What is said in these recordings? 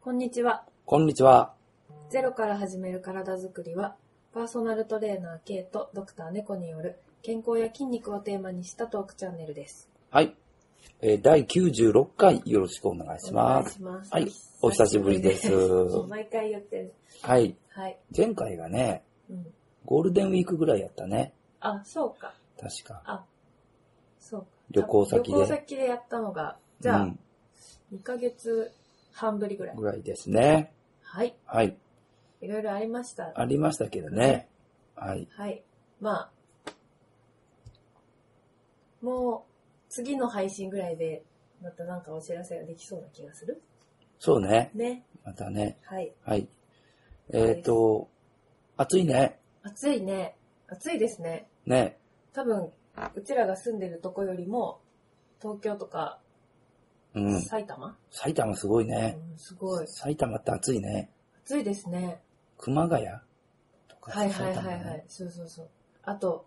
こんにちは。こんにちは。ゼロから始める体づくりは、パーソナルトレーナー K とドクター猫による健康や筋肉をテーマにしたトークチャンネルです。はい。えー第96回よろしくお願いします。お願いします。はいお久しぶりですもう 毎回言ってる。はい。はい。前回がね、うん。ゴールデンウィークぐらいやったね。あ、そうか。確か。あ、そうか。旅行先で旅行先でやったのが、じゃうあ、ん、 2ヶ月半ぶりぐらい。ぐらいですね。はい。はい。いろいろありました。ありましたけどね。はい。はい。まあ、もう、次の配信ぐらいで、またなんかお知らせができそうな気がするそうね。ね。またね。はい。はい。えっ、と、暑いね。暑いね。暑いですね。ね。多分、うちらが住んでるとこよりも、東京とか、うん。埼玉、埼玉すごいうね。ん、すごい。埼玉って暑いね。暑いですね。熊谷とか、はいはいはいは埼い。玉ねそうそうそう。あと、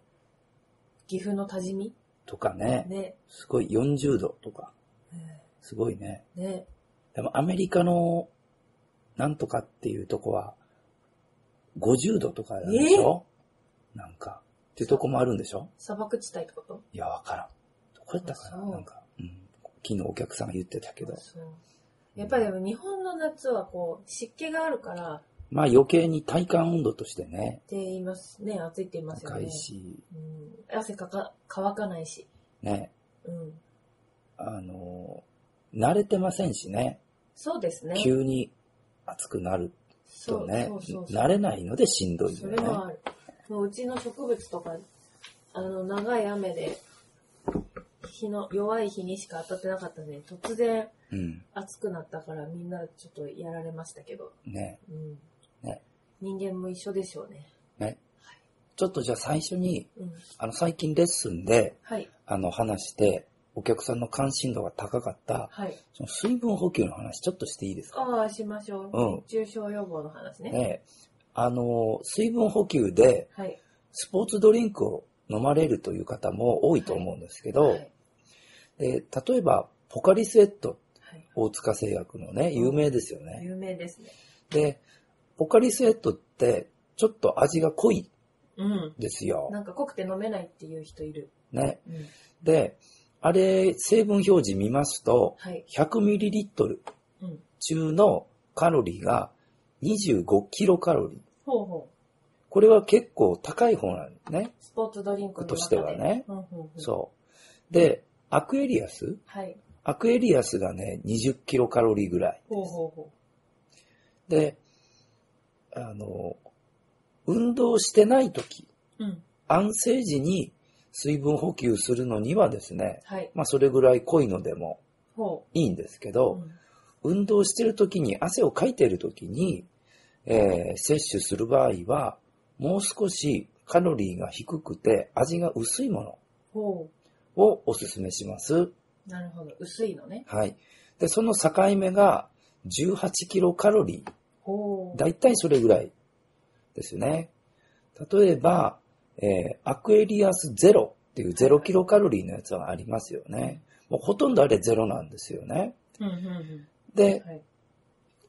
岐阜の多治見とかね。ね。すごい40度とか。うすごいね。んね。でもアメリカのなんとかっていうとこは50度とかなんでしょ、なんか。っていうとこもあるんでしょ砂漠地帯ってこといや、わからん。どこやったかあなそうなんか、うん。昨日お客さんが言ってたけど。そうやっぱりでも日本の夏はこう、湿気があるから、まあ余計に体感温度としてね、って言いますね。暑いって言いますよ高ねい。し、うん、汗かか、乾かないし。ね、うん。あの、慣れてませんしね、そうですね。急に暑くなるそとうねそうそう、そう慣れないのでしんどいそよれね。はある。もううちの植物とか、あの、長い雨で、日の、弱い日にしか当たってなかったので、突然うん、暑くなったからみんなちょっとやられましたけど、ね、うん。ね人間も一緒でしょうね。ね。ちょっとじゃあ最初に、うん。あの最近レッスンで、はい。あの話して、お客さんの関心度が高かった、はい。その水分補給の話、ちょっとしていいですかああ、しましょう。うん。重症予防の話ね。ねえあの、水分補給で、はい。スポーツドリンクを飲まれるという方も多いと思うんですけど、はい。で例えば、ポカリスエット、はい大塚製薬のね、有名ですよね。有名ですね。で、ポカリスエットって、ちょっと味が濃いうん。ですよ。なんか濃くて飲めないっていう人いる。ね。うん。で、あれ、成分表示見ますと、はい。 100ml うん。中のカロリーが25キロカロリー。ほうほう。これは結構高い方なんですね。スポーツドリンクの中でとしてはね。うんうんうん、う。そう。で、アクエリアスはい。アクエリアスがね、20キロカロリーぐらい。ほうほうほで、あの、運動してない時、う。うん。安静時に水分補給するのにはですね、はい。まあそれぐらい濃いのでもほいいんですけう。ど、うん運動してる時に、汗をかいてる時に、えー摂取する場合は、もう少しカロリーが低くて味が薄いもほのをおすすめします。う。なるほど。薄いのね。はい。で、その境目が18キロカロリー。ほう。だいたいそれぐらいですね。例えば、えーアクエリアスゼロっていうゼロキロカロリーのやつはありますよね。もうほとんどあれゼロなんですよね。うんうんうん。で、はい。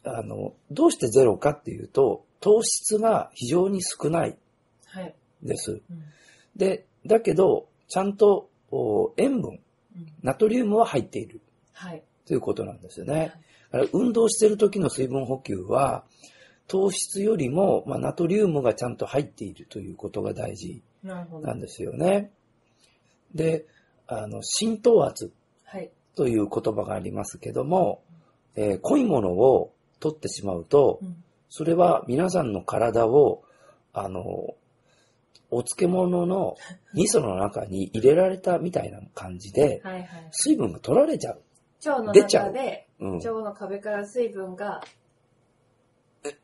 あの、どうしてゼロかっていうと、糖質が非常に少ないはい。です。うんで、だけど、ちゃんとお塩分、うん。ナトリウムは入っているはい。ということなんですよね。だから運動してる時の水分補給は、糖質よりも、まあ、ナトリウムがちゃんと入っているということが大事なるほどな。んですよね。で、あの、浸透圧はい。という言葉がありますけども、えー濃いものを取ってしまうとう、ん。それは皆さんの体を、あの、お漬物の味噌の中に入れられたみたいな感じで、はいはい。水分が取られちゃう。腸の出ちゃ中うで、うん、腸の壁から水分 が、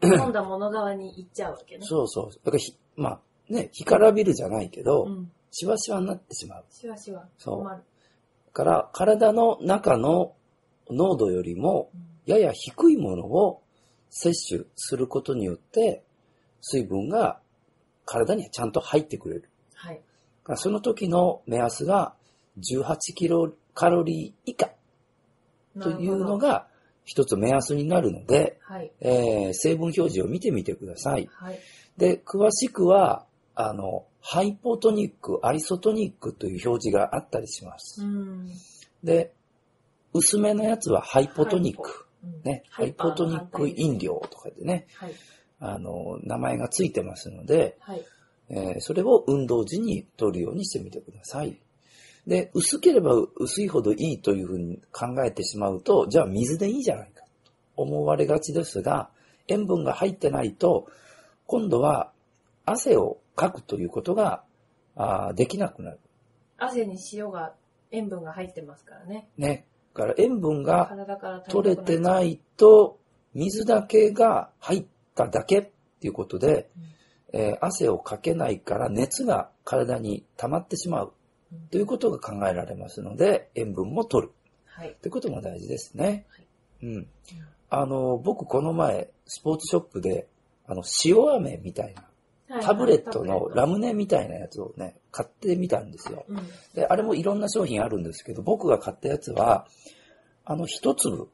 飲んだもの側に行っちゃうわけね。そうそう。だからひ、まあ、ね、干からびるじゃないけど、うん。しわしわになってしまう。しわしわ。そう困る。だから、体の中の濃度よりも、うんやや低いものを摂取することによって、水分が体にちゃんと入ってくれる。はい。だからその時の目安が18キロカロリー以下なとるほどいうのが一つ目安になるので、はい。えー成分表示を見てみてください。はい。で、詳しくは、あの、ハイポトニック、アイソトニックという表示があったりしますう。ん。で、薄めのやつはハイポトニック。うんね、ハイポトニック飲。料とかでね、ハイパーの反対ですあの、名前がついてますので、はい。はい。えーそれを運動時に取るようにしてみてください。で、薄ければ薄いほどいいというふうに考えてしまうと、じゃあ水でいいじゃないかと思われがちですが、塩分が入ってないと、今度は汗をかくということがあーできなくなる。汗に塩が、塩分が入ってますからね。ね。だから塩分が体から取れてい。ないと、水だけが入っただけっていうことで、えー汗をかけないから熱が体に溜まってしまう。うんということが考えられますので、塩分も取るはい。ということも大事ですね。はいうん。あの、僕この前、スポーツショップで、あの、塩飴みたいな、はいタブレットのラム。ムネみたいなやつをね、買ってみたんですよ。うん。で、あれもいろんな商品あるんですけど、僕が買ったやつは、あの、一粒、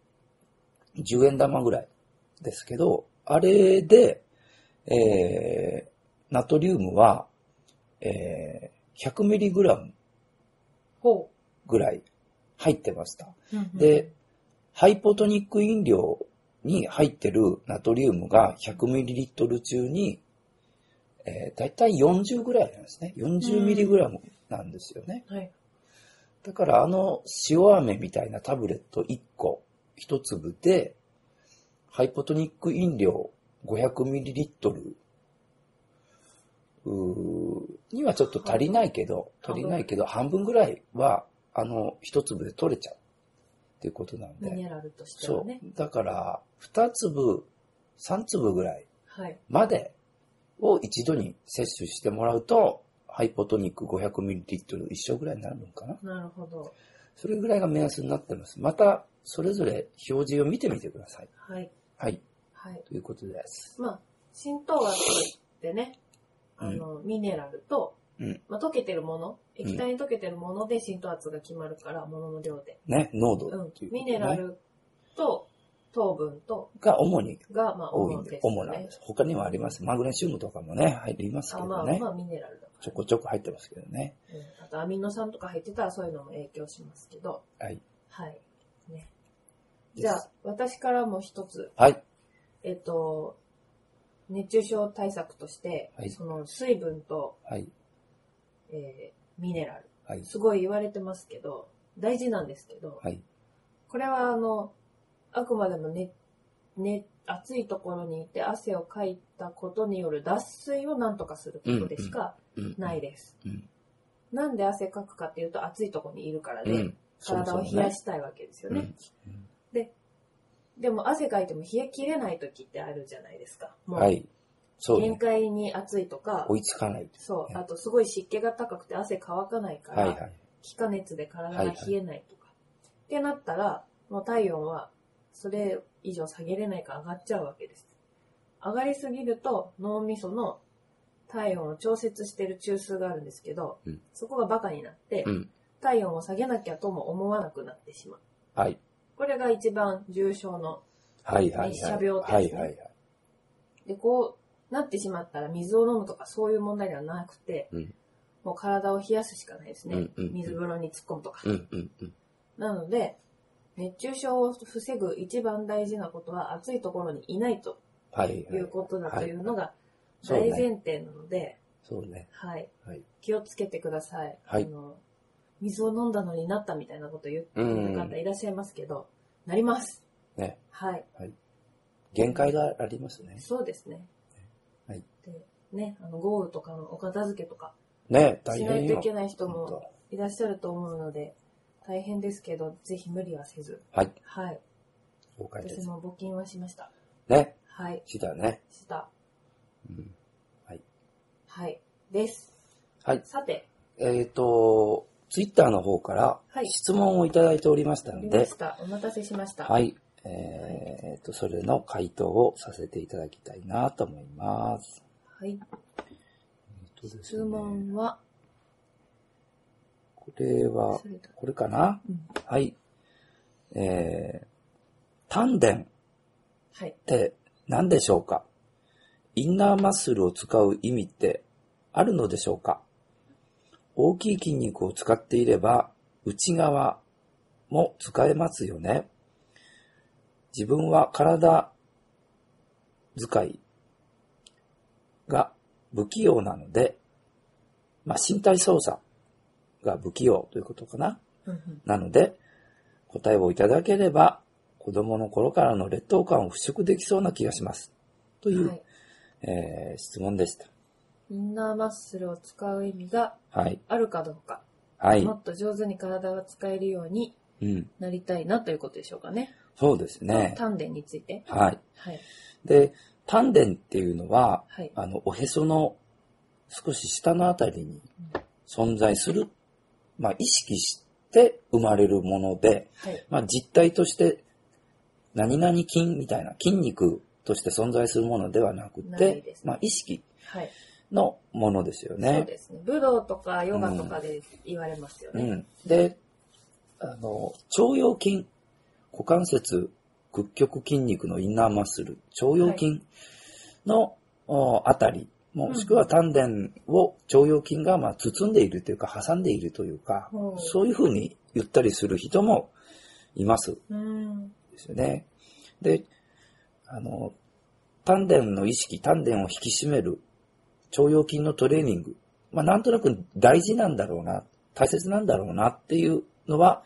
10円玉ぐらいですけど、あれで、えー、ナトリウムは、えー、100mg ほぐらい入ってました。う。うんうんで、ハイポトニック飲料に入ってるナトリウムが 100ml 中に、えー、だいたい40ぐらいなんですね。40mg なんですよね。はい。だからあの塩飴みたいなタブレット1個、1粒で、ハイポトニック飲料 500ml うーにはちょっと足りないけど、半足分りないけど、半分ぐらいは、あの、一粒で取れちゃうっていうことなんミで。ネラルとしてそはうね。。だから、二粒、三粒ぐらいはい。までを一度に摂取してもらうと、ハイポトニック 500ml 一緒ぐらいになるのかななるほど。それぐらいが目安になってます。また、それぞれ表示を見てみてください。はい。はい。はい。ということです。まあ、浸透圧ってね、あの、ミネラルと、うんまあ、溶けてるもの、液体に溶けてるもので浸透圧が決まるから、ものの量で。ね、濃度うんということね、ミネラルと糖分とが主にが、まあ、多い主んです、ねで、。主なんです。他にもあります。マグネシウムとかもね、入りますけあどね。まあ、まあ、ミネラルだからちょこちょこ入ってますけどね。うんあと、アミノ酸とか入ってたら、そういうのも影響しますけど。はい。はい。ね。ですじゃあ、私からも一つ、はい。えっと、熱中症対策として、はいその水分と、はい。えーミネラル。はい。すごい言われてますけど、大事なんですけど、はい。これはあの、あくまでもね、ね、暑いところにいて汗をかいたことによる脱水をなんとかすることでしかうんない。です。うん。なんで汗かくかっていうと暑いところにいるからで、うん。体を冷やしたいわけですよね。でも汗かいても冷え切れない時ってあるじゃないですか。うんもう、はい。そう限ね。界に暑いとか、追いつかない。そう、ねあとすごい湿気が高くて汗乾かないかはら、いはい。気化熱で体が冷えないとか。ってなったら、もう体温はそれ以上下げれないから上がっちゃうわけです。上がりすぎると脳みその体温を調節してる中枢があるんですけど、うんそこがバカになって、うん。体温を下げなきゃとも思わなくなってしまう。はい。これが一番重症の。はいはいはい。熱射病ってはやついねはいはい。で、こうなってしまったら水を飲むとかそういう問題ではなくて、うんもう体を冷やすしかないですね。うんうんうん水風呂に突っ込むとか。うんうんうん。なので、熱中症を防ぐ一番大事なことは暑いところにいないとはいはい。いうことだというのがそう大ね前提なので、そうね。はい、はい。気をつけてください。はいあの水を飲んだのになったみたいなこと言ってる方いらっしゃいますけど、なります。ね。はい、限界がありますね。そうですね。はいでね、あの豪雨とかのお片付けとかね、大しな変いとよい。けない人ほんもといらっしゃると思うので、大変ですけど、ぜひ無理はせず。はい、はい。了解で私す。も募金はしました。ね、はい。したね。した。うんはい。です。はい、さて、えっ、と、ツイッターの方からはい質問をいただいておりましたあのりで、ました。お待たせしました。はい、えっ、と、それの回答をさせていただきたいなと思います。はい。えーとです質ね問は、これはそ、れだこれかなうんはい。えー丹田っはい。て何でしょうかインナーマッスルを使う意味ってあるのでしょうか大きい筋肉を使っていれば内側も使えますよね。自分は体使いが不器用なので、まあ、身体操作が不器用ということかな。うんうんなので、答えをいただければ、子供の頃からの劣等感を払拭できそうな気がします。という、はい。えー質問でした。インナーマッスルを使う意味がはい。あるかどうか、はいも。っと上手に体が使えるようにうん。なりたいなということでしょうかね。そうですね。丹田について。はい。はい。で、丹田っていうのは、はい。あの、おへその少し下のあたりに存在する、まあ、意識して生まれるもので、はい。まあ、実体として、何々筋みたいな筋肉として存在するものではなくないて、ですねまあ、意識はい。のものですよそうね。ですね。武道とかヨガとかで言われますようね。ん。で、あの、腸腰筋、股関節、屈曲筋肉のインナーマッスル、腸腰筋の、おあたり、もしくは丹田を腸腰筋が、まあ、包んでいるというか、挟んでいるというか、ほうそういうふうに言ったりする人もいます。うん。ですよね。で、あの、丹田の意識、丹田を引き締める、腸腰筋のトレーニング。まあ、なんとなく大事なんだろうな、大切なんだろうなっていうのは、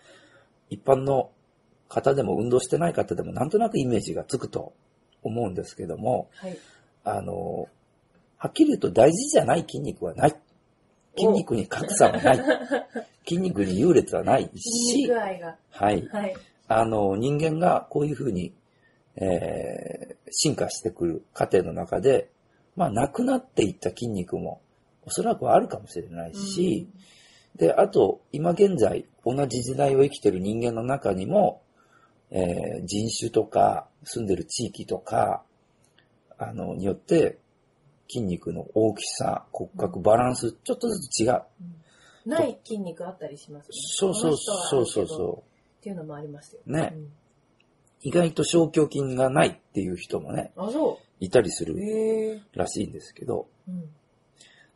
一般の方でも運動してない方でもなんとなくイメージがつくと思うんですけども、はい。あの、はっきり言うと大事じゃない筋肉はない。筋肉に格差は ない。筋肉に優劣はない筋し肉、愛が。はい。はい。あの、人間がこういうふうに、えー進化してくる過程の中で、まあ、なくなっていった筋肉も、おそらくはあるかもしれないし、で、あと、今現在、同じ時代を生きてる人間の中にも、えー人種とか、住んでる地域とか、あの、によって、筋肉の大きさ、骨格、バランス、ちょっとずつ違う。うんない筋肉あったりしますよねそうそうそうそうこの人はあるけどそう。っていうのもありますよねうん意外と消去筋がないっていう人もね、あ、そいたりすう。るへえ。らしいんですけど、うん。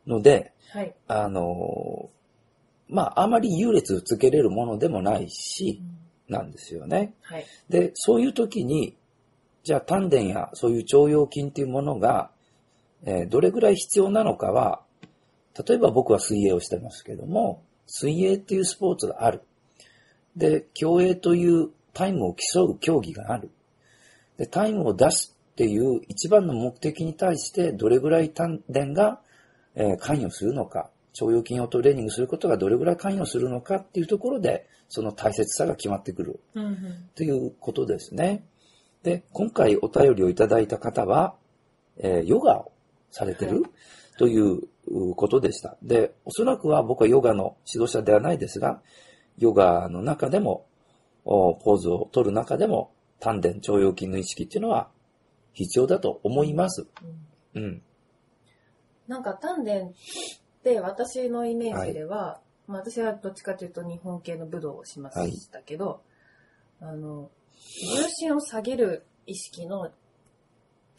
ので、はい。あのーまあ、あまり優劣をつけれるものでもないうし、んなんですよね。はい。で、そういう時に、じゃあ丹田やそういう腸腰筋っていうものが、えーどれぐらい必要なのかは、例えば僕は水泳をしてますけども、水泳っていうスポーツがある。で、競泳というタイムを競う競技がある。で、タイムを出すっていう一番の目的に対して、どれぐらい丹田が、えー関与するのか、腸腰筋をトレーニングすることがどれぐらい関与するのかっていうところで、その大切さが決まってくるうんうん。ということですね。で、今回お便りをいただいた方は、えーヨガをされてる、はいといううことでした。で、おそらくは僕はヨガの指導者ではないですが、ヨガの中でも、おポーズを取る中でも、丹田腸腰筋の意識っていうのは必要だと思います。うんうん。なんか丹田って私のイメージでは、まあ、私はどっちかというと日本系の武道をしましたけど、あの重心を下げる意識の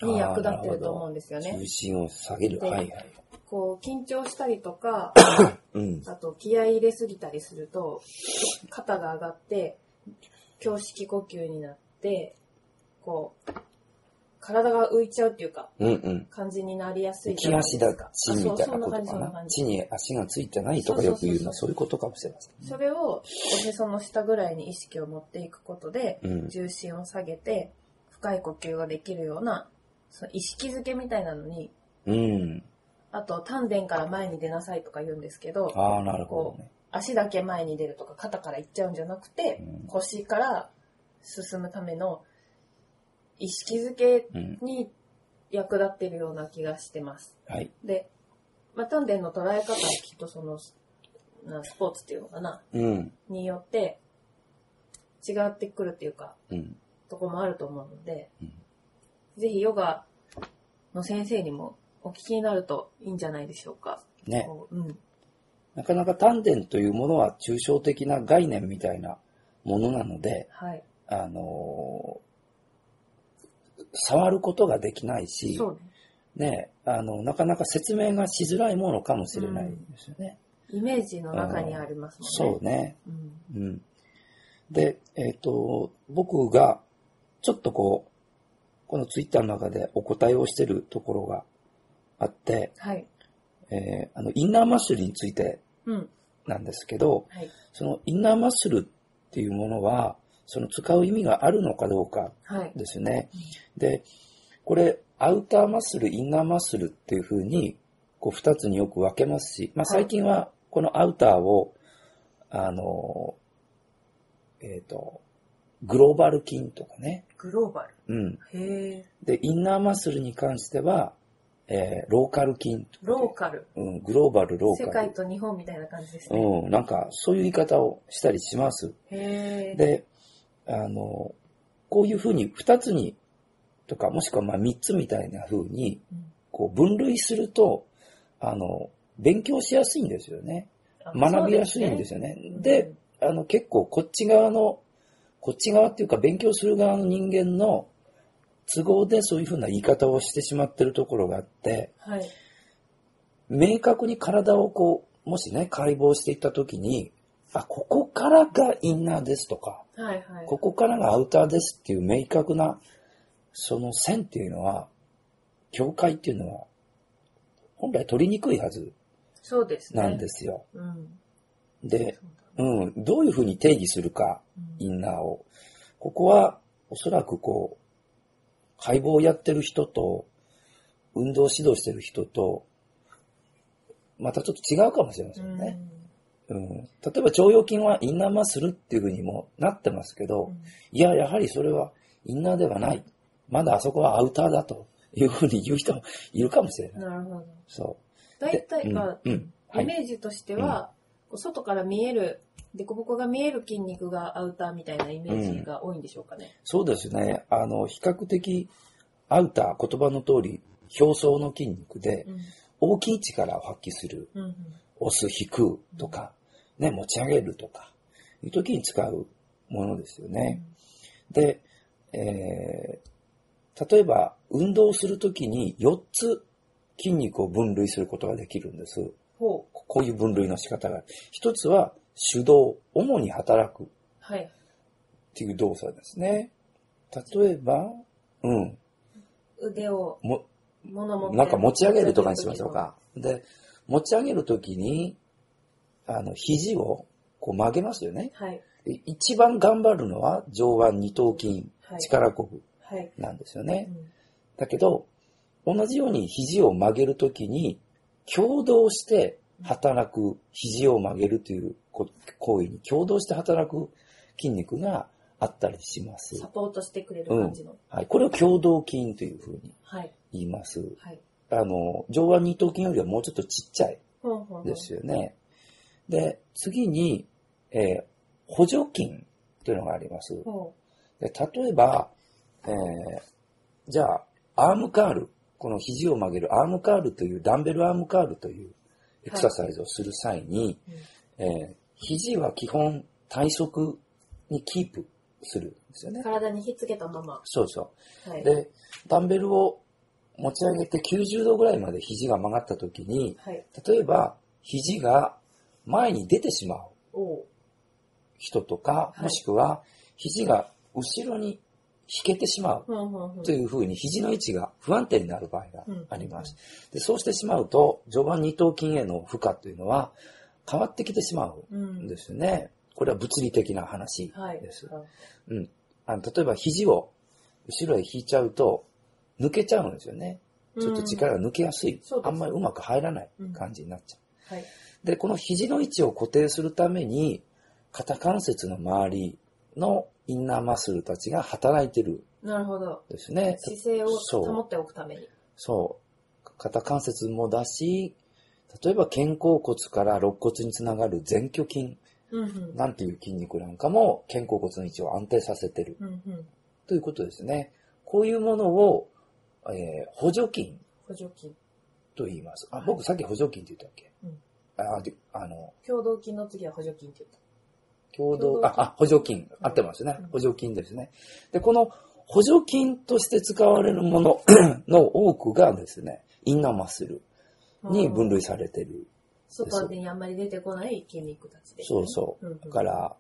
に役立ってると思うんですよね重。心を下げる。ではいはい。こう緊張したりとか、うん。あと気合い入れすぎたりすると肩が上がって胸式呼吸になってこう体が浮いちゃうっていうかうんうん。感じになりやすい浮じきゃないで足す立か。ちみたいなあことそうそんなか感じそんなな感。じ地に足がついてないとかよく言うのはそういうことかもしれませんね。それをおへその下ぐらいに意識を持っていくことで、うん。重心を下げて、深い呼吸ができるような、その意識づけみたいなのに、うん。あと、丹田から前に出なさいとか言うんですけど、ああ、なるほどね。足だけ前に出るとか肩から行っちゃうんじゃなくて、うん腰から進むための意識づけうん。に役立ってるような気がしてます。はい。で、まあ、丹田の捉え方はきっとその、なスポーツっていうのかな、うん。によって違ってくるっていうか、うん。とこもあると思うので、うんぜひヨガの先生にもお聞きになるといいんじゃないでしょうか。ね。こううん。なかなか丹田というものは抽象的な概念みたいなものなので、はい。あのー触ることができないし、そうね。ね、あの、なかなか説明がしづらいものかもしれないですよね。イメージの中にありますもんそね。うね。そう。ん。うん。で、えっ、と、僕が、ちょっとこう、このツイッターの中でお答えをしてるところがあって、はい。えーあの、インナーマッスルについてうん。なんですけど、はい。そのインナーマッスルっていうものは、その使う意味があるのかどうかはい。ですね。で、これ、アウターマッスル、インナーマッスルっていうふうに、こう、二つによく分けますし、まあ、はい最近は、このアウターを、あの、えっ、と、グローバル筋とかね、グローバル。うん。へえ。で、インナーマッスルに関しては、えーローカル筋とかね、ローカル。うん、グローバル、ローカル。世界と日本みたいな感じですね。うん、なんか、そういう言い方をしたりします。へえ。で、あの、こういうふうに二つに、とか、もしくはまあ三つみたいなふうに、うんこう分類すると、あの、勉強しやすいんですよね。あ学びやすいんですよね。でそうすねあの、結構こっち側の、こっち側っていうか勉強する側の人間の都合でそういうふうな言い方をしてしまってるところがあって、うんはい。明確に体をこう、もしね、解剖していったときに、あ、ここからがインナーですとか、はいはい。ここからがアウターですっていう明確な、その線っていうのは、境界っていうのは、本来取りにくいはずそうですね。なんですよ。うん。で、そうだうん、どういうふうに定義するか、うんインナーを。ここは、おそらくこう、解剖をやってる人と、運動指導してる人と、またちょっと違うかもしれませんね。うん、例えば、腸腰筋はインナーマッスルっていうふうにもなってますけど、うんうんいや、やはりそれはインナーではない。まだあそこはアウターだというふうに言う人もいるかもしれない。なるほど。そ大体でが、うんうんはいイメージとしては、こう外から見える、凸凹が見える筋肉がアウターみたいなイメージが多いんでしょうかねう。。そうですね。あの、比較的アウター、言葉の通り、表層の筋肉でうん。大きい力を発揮する。うんうん。押す、引くとか、ね、持ち上げるとか、いう時に使うものですよね。で、えー例えば、運動するときに4つ筋肉を分類することができるんです。ほう。こういう分類の仕方がある。一つは、主導、主に働くっはい。ていう動作ですね。例えば、うん、腕を、も、物持ってなんか持ち上げるとかにしましょう。か。で、持ち上げるときに、あの、肘をこう曲げますよね。はい。で一番頑張るのは上腕二頭筋、はい。力こぶはい。なんですよねう。んだけど、同じように肘を曲げるときに、共同して働く、肘を曲げるというこ行為に共同して働く筋肉があったりしまサす。ポートしてくれる感じの。はい、これを共同筋というふうにはい。言います。はい。あの、上腕二頭筋よりはもうちょっとちっちゃいほんほんほん。ですよね。で、次に、えー補助筋というのがあります。ほで例えば、えーじゃあ、アームカール、この肘を曲げるアームカールという、ダンベルアームカールというエクササイズをする際に、う。うんえー肘は基本体側にキープするんですよね。体にひっつけたまま。そうそはう。い。で、ダンベルを持ち上げて90度ぐらいまで肘が曲がった時に、はい。例えば、肘が前に出てしまうおう。人とか、はいもしくは、肘が後ろに引けてしまうほんほんほんと。いうふうに肘の位置が不安定になる場合があります。でそうしてしまうと、序盤二頭筋への負荷というのは変わってきてしまううんんで。すよね。これは物理的な話はい。です。うんうん、あの例えば肘を後ろへ引いちゃうと抜けちゃうんですよね。ちょっと力が抜けやすい。そうですあんまりうまく入らない感じになっちゃう。はい。で、この肘の位置を固定するために、肩関節の周りのインナーマッスルたちが働いてるんなるほど。ですね。姿勢をそう保っておくために。そう。肩関節もだし、例えば肩甲骨から肋骨につながる前鋸筋うんうん。なんていう筋肉なんかも肩甲骨の位置を安定させてるうんうん。ということですね。こういうものを、えー補助筋補助筋。と言います。あは、い僕さっき補助筋って言ったっけ、うんあであの、共同筋の次は補助筋って言った。共共同同、筋あ、あ、補助筋、合ってますねうん。補助筋ですね。で、この補助金として使われるもの の多くがですね、インナーマッスルに分類されてる。外にあんまり出てこない筋肉たちです、そうそううんうん。だから、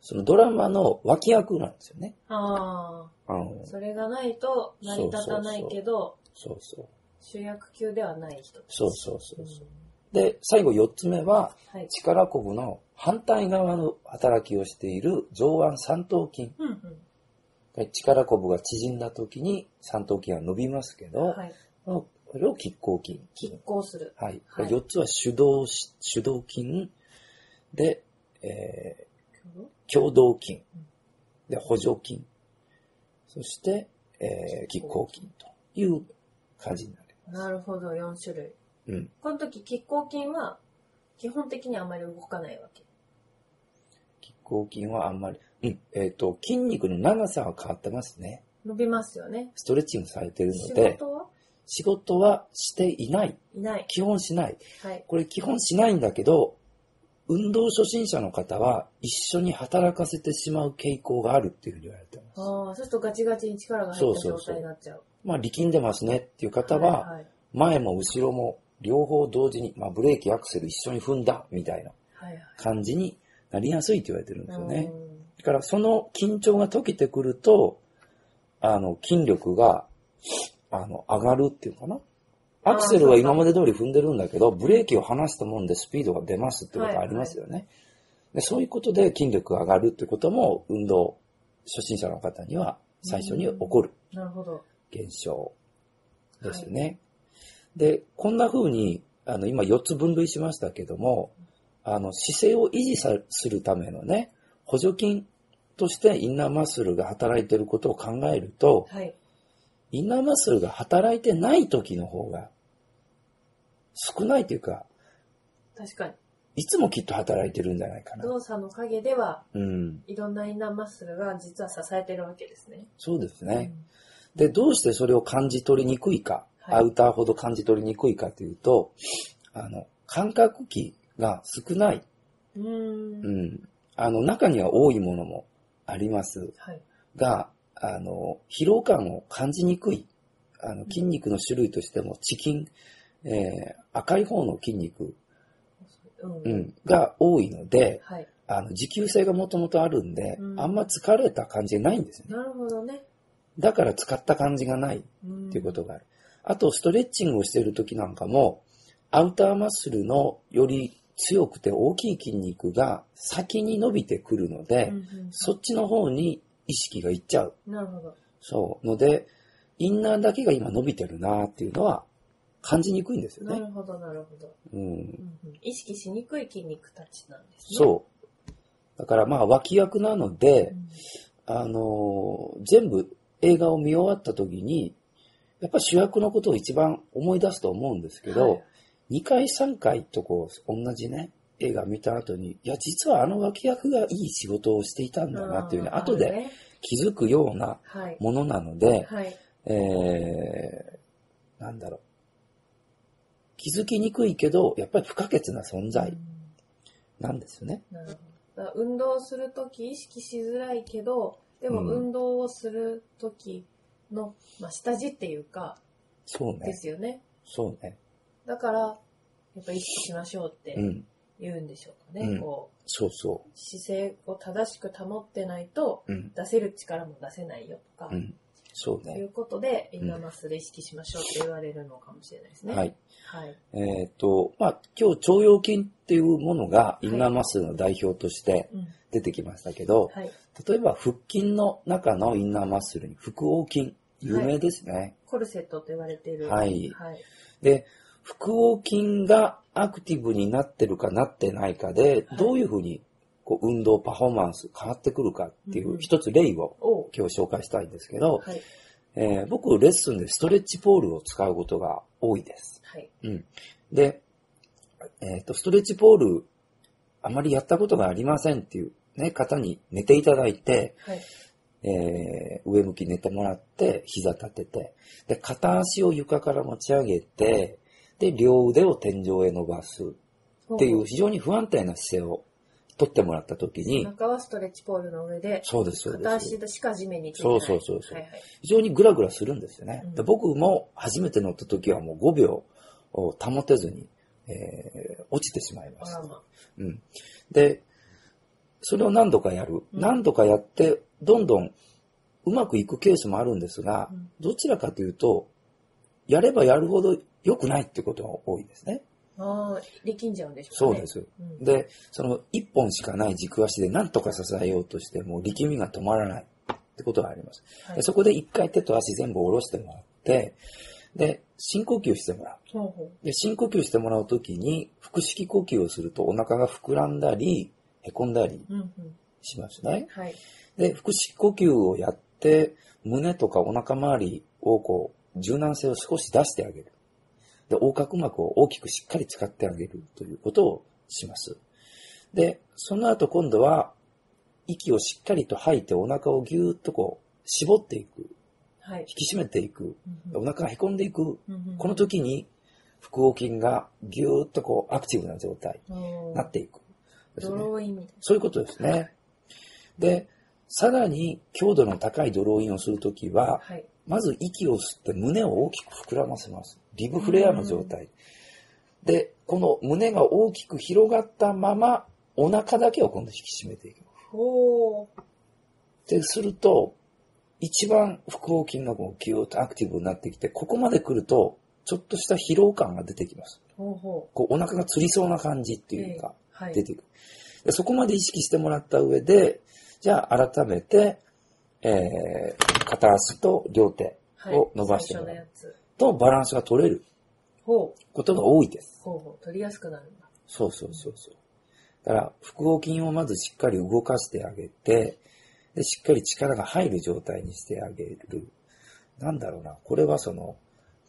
そのドラマの脇役なんですよね。ああ、あの、それがないと成り立たないけど、そうそう。主役級ではない人たち。そうそうそううんそう。で、最後四つ目は、はい。力こぶの反対側の働きをしている上腕三頭筋。うんう力こぶが縮んだ時に三頭筋は伸びますけん。ど、はい。これを拮抗筋。拮抗する。はい。はい4つは主導し、主導筋で、えー、共同筋うん。で、補助筋。そして、えー、拮抗筋という感じになる。なるほど、4種類。うん。この時、拮抗筋は、基本的にあまり動かないわけ。拮抗筋はあんまり、うん。えっ、と、筋肉の長さは変わってますね。伸びますよね。ストレッチングされてる仕ので、事は仕事はしていない。いない。基本しない。はい。これ基本しないんだけど、運動初心者の方は一緒に働かせてしまう傾向があるっていうふうに言われてます。ああ、そうするとガチガチに力が入ったそうそ状うそう態になっちゃう。まあ、力んでますねっていう方は、いい前も後ろも両方同時に、まあ、ブレーキ、アクセル一緒に踏んだみたいなはいはい。感じになりやすいって言われてるんですよねう。んだから、その緊張が解けてくると、あの、筋力が、あの、上がるっていうかな。アクセルは今まで通り踏んでるんだけど、ブレーキを離したもんでスピードが出ますってことありますよね。でそういうことで筋力が上がるってことも、運動初心者の方には最初に起こるなるほど。現象ですよね。で、こんな風に、あの、今4つ分類しましたけども、あの、姿勢を維持さするためのね、補助筋としてインナーマッスルが働いてることを考えると、はい。インナーマッスルが働いてない時の方が少ないというか、確かに。いつもきっと働いてるんじゃないかな。動作の陰では、うん。いろんなインナーマッスルが実は支えてるわけですね。そうですね。で、どうしてそれを感じ取りにくいか、はいアウターほど感じ取りにくいかというと、あの、感覚器が少ない。うん。うー。うんん。あの、中には多いものもありますはい。が、あの、疲労感を感じにくい。あの、筋肉の種類としても、チキン、えー、赤い方の筋肉、うん。うん、が多いので、はい。あの、持久性がもともとあるんで、うんあんま疲れた感じないんですね。なるほどね。だから使った感じがない。っっていうことがある。あと、ストレッチングをしている時なんかも、アウターマッスルのより強くて大きい筋肉が先に伸びてくるので、うんうんそっちの方に意識がいっちゃう。なるほど。そう。ので、インナーだけが今伸びてるなーっていうのは感じにくいんですよなね。るほど、なるほど。うんう。んうん意識しにくい筋肉たちなんですね。そう。だからまあ脇役なので、んあのー全部映画を見終わった時に、やっぱ主役のことを一番思い出すと思うんですけど、はい2回3回とこう、同じね、映画見た後に、いや、実はあの脇役がいい仕事をしていたんだなっていうね、あー後あるでね気づくようなはい。ものなので、はい。えー、なんだろう。気づきにくいけど、やっぱり不可欠な存う在んなんですよね。なるほど。だから運動するとき意識しづらいけど、でもうん運動をするときの、まあ、下地っていうか、そうでね。すよね。そうね。だから、やっぱ意識しましょうってうん。言うんでしょうかね。うんこう、そうそ姿勢を正しく保ってないと、う。うん。出せる力も出せないよとか、うん。そうといね。うことで、イんンナーマッスル意識しましょうって言われるのかもしれないですね。は。い。はい。えっ、と、まあ、今日、腸腰筋っていうものが、インナーマッスルの代表としてうん。出てきましたけど、はい。例えば腹筋の中のインナーマッスルに腹横筋、有名ですね。コルセットと言われている。はいはい。で、腹横筋がアクティブになってるかなってないかで、はいどういうふうにこう運動、パフォーマンス変わってくるかっていうんう一つ例をおう今日紹介したいんですけど、はい。えー僕レッスンでストレッチポールを使うことが多いです。はい。で、えっ、と、ストレッチポールあまりやったことがありませんっていう、ね、方に寝ていただいて、はい。えー上向き寝てもらって、膝立てて、で、片足を床から持ち上げて、で、両腕を天井へ伸ばすっていう非常に不安定な姿勢を取ってもらった時に、中はストレッチポールの上で、そうです、そう片です足。しか地面についてない。そうそうそうそうはいはい。非常にグラグラするんですよね。うんで僕も初めて乗った時はもう5秒を保てずに、えー落ちてしまいまあしらた。まあ。うん。で、それを何度かやる。うん何度かやって、どんどんうまくいくケースもあるんですが、うんどちらかというと、やればやるほど良くないってことが多いですね。ああ、力んじゃうんでしょそううかね。。ですす。うん、で、その一本しかない軸足で何とか支えようとしても力みが止まらないってことがあります。はでい、そこで一回手と足全部下ろしてもらって、で、深呼吸してもらう。ほうほで、深呼吸してもらうときに、腹式呼吸をするとお腹が膨らんだり、へこんだりう。うんうん。しますね。はい。で、腹式呼吸をやって、胸とかお腹周りをこう、柔軟性を少し出してあげる。で、横隔膜を大きくしっかり使ってあげるということをします。で、その後今度は、息をしっかりと吐いてお腹をぎゅーっとこう、絞っていく。はい。引き締めていく。うんうおん腹がへこんでいく。うんうんこの時に、腹横筋がぎゅーっとこう、アクティブな状態うんになっていく。ですドねローインみたいそういうことですね。で、さらに強度の高いドローインをするときな。は、はい。まず息を吸って胸を大きく膨らませます。リブフレアの状態。で、この胸が大きく広がったまま、お腹だけを今度引き締めていく。ほう。ですると、一番腹横筋がこうギューッとアクティブになってきて、ここまで来ると、ちょっとした疲労感が出てきます。ほうほこうお腹がつりそうな感じっう。ていうか、はい。出てくる。でそこまで意識してもらった上で、じゃあ改めて、えー、片足と両手はいを伸ばしてもら最う初のやつ。とバランスが取れるほう。ことが多いです。ほうほう。取りやすくなるんだ。そうそうそうそう。だから、腹横筋をまずしっかり動かしてあげて、で、しっかり力が入る状態にしてあげる。なんだろうな、これはその、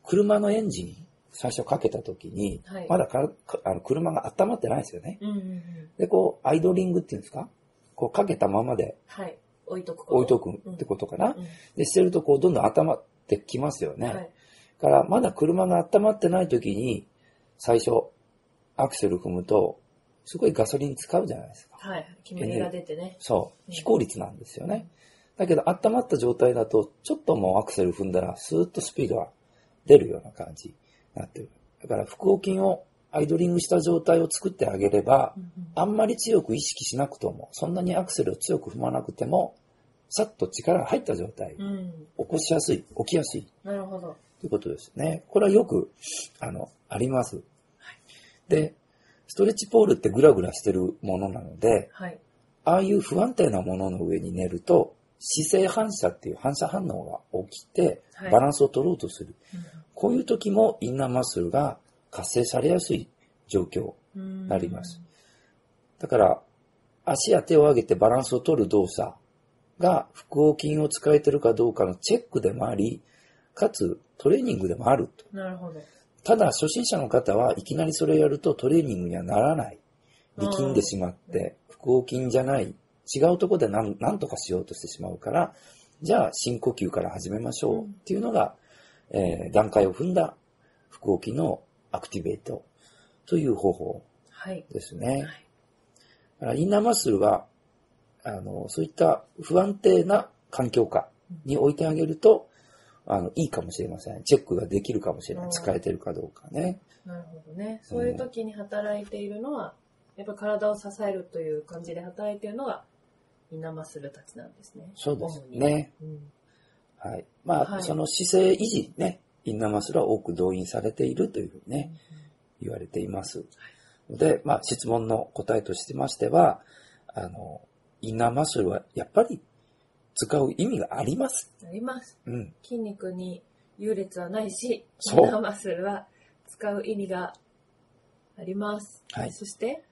車のエンジン、最初かけた時に、はいまだからかあの車が温まってないですよね。うんうんうん。で、こう、アイドリングっていうんですかこう、かけたままではい。置いとくこと。置いとくってことかな。うんで、してるとこう、どんどん温まってきますよね。はい。から、まだ車が温まってない時に、最初、アクセル踏むと、すごいガソリン使うじゃないですか。はい。煙が出てね。そう。うん非効率なんですよね。だけど、温まった状態だと、ちょっともうアクセル踏んだら、スーッとスピードが出るような感じになってる。だから、腹横筋をアイドリングした状態を作ってあげればう、んうんあんまり強く意識しなくとも、そんなにアクセルを強く踏まなくても、さっと力が入った状態、うん。起こしやすい、起きやすいなるほど。ということですね。これはよく、あの、あります。で、ストレッチポールってグラグラしてるものなので、はい。ああいう不安定なものの上に寝ると、姿勢反射っていう反射反応が起きてはい、バランスを取ろうとする。うんこういう時もインナーマッスルが活性されやすい状況うんなります。だから、足や手を上げてバランスを取る動作が腹横筋を使えてるかどうかのチェックでもあり、かつトレーニングでもあると。なるほど。ただ、初心者の方はいきなりそれをやるとトレーニングにはならない。力んでしまって、腹横筋じゃない。違うところでなんなんとかしようとしてしまうから、じゃあ深呼吸から始めましょうっていうのが、えー段階を踏んだ腹横筋のアクティベートという方法はい。ですね。はいだからインナーマッスルは、あの、そういった不安定な環境下に置いてあげると、あの、いいかもしれません。チェックができるかもしれなうい。ん使えてるかどうかね。なるほどね。そういう時に働いているのは、やっぱ体を支えるという感じで働いているのが、インナーマッスルたちなんですね。そうです主に。ね。うん。はい。まあ、はいその姿勢維持ね、インナーマッスルは多く動員されているというふうにね、言われています。で、まあ、質問の答えとしてましては、あの、インナーマッスルはやっぱり使う意味があります。うん。あります。うん。筋肉に優劣はないし、イそうンナーマッスルは使う意味があります。はいそして、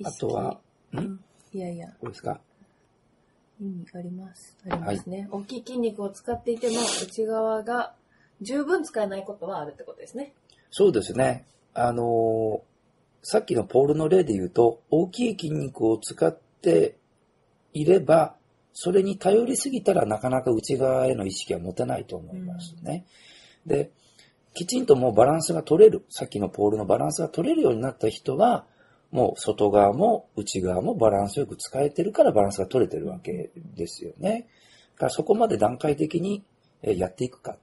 意あ識とは、んうんいやいや、こうですか意味があります。ありますね。大きい筋肉を使っていても、内側が十分使えないことはあるってことですね。そうですね。あのーさっきのポールの例で言うと、大きい筋肉を使っていれば、それに頼りすぎたらなかなか内側への意識は持てないと思いますね。で、きちんともうバランスが取れる、さっきのポールのバランスが取れるようになった人は、もう外側も内側もバランスよく使えてるからバランスが取れてるわけですよね。だからそこまで段階的にえやっていくか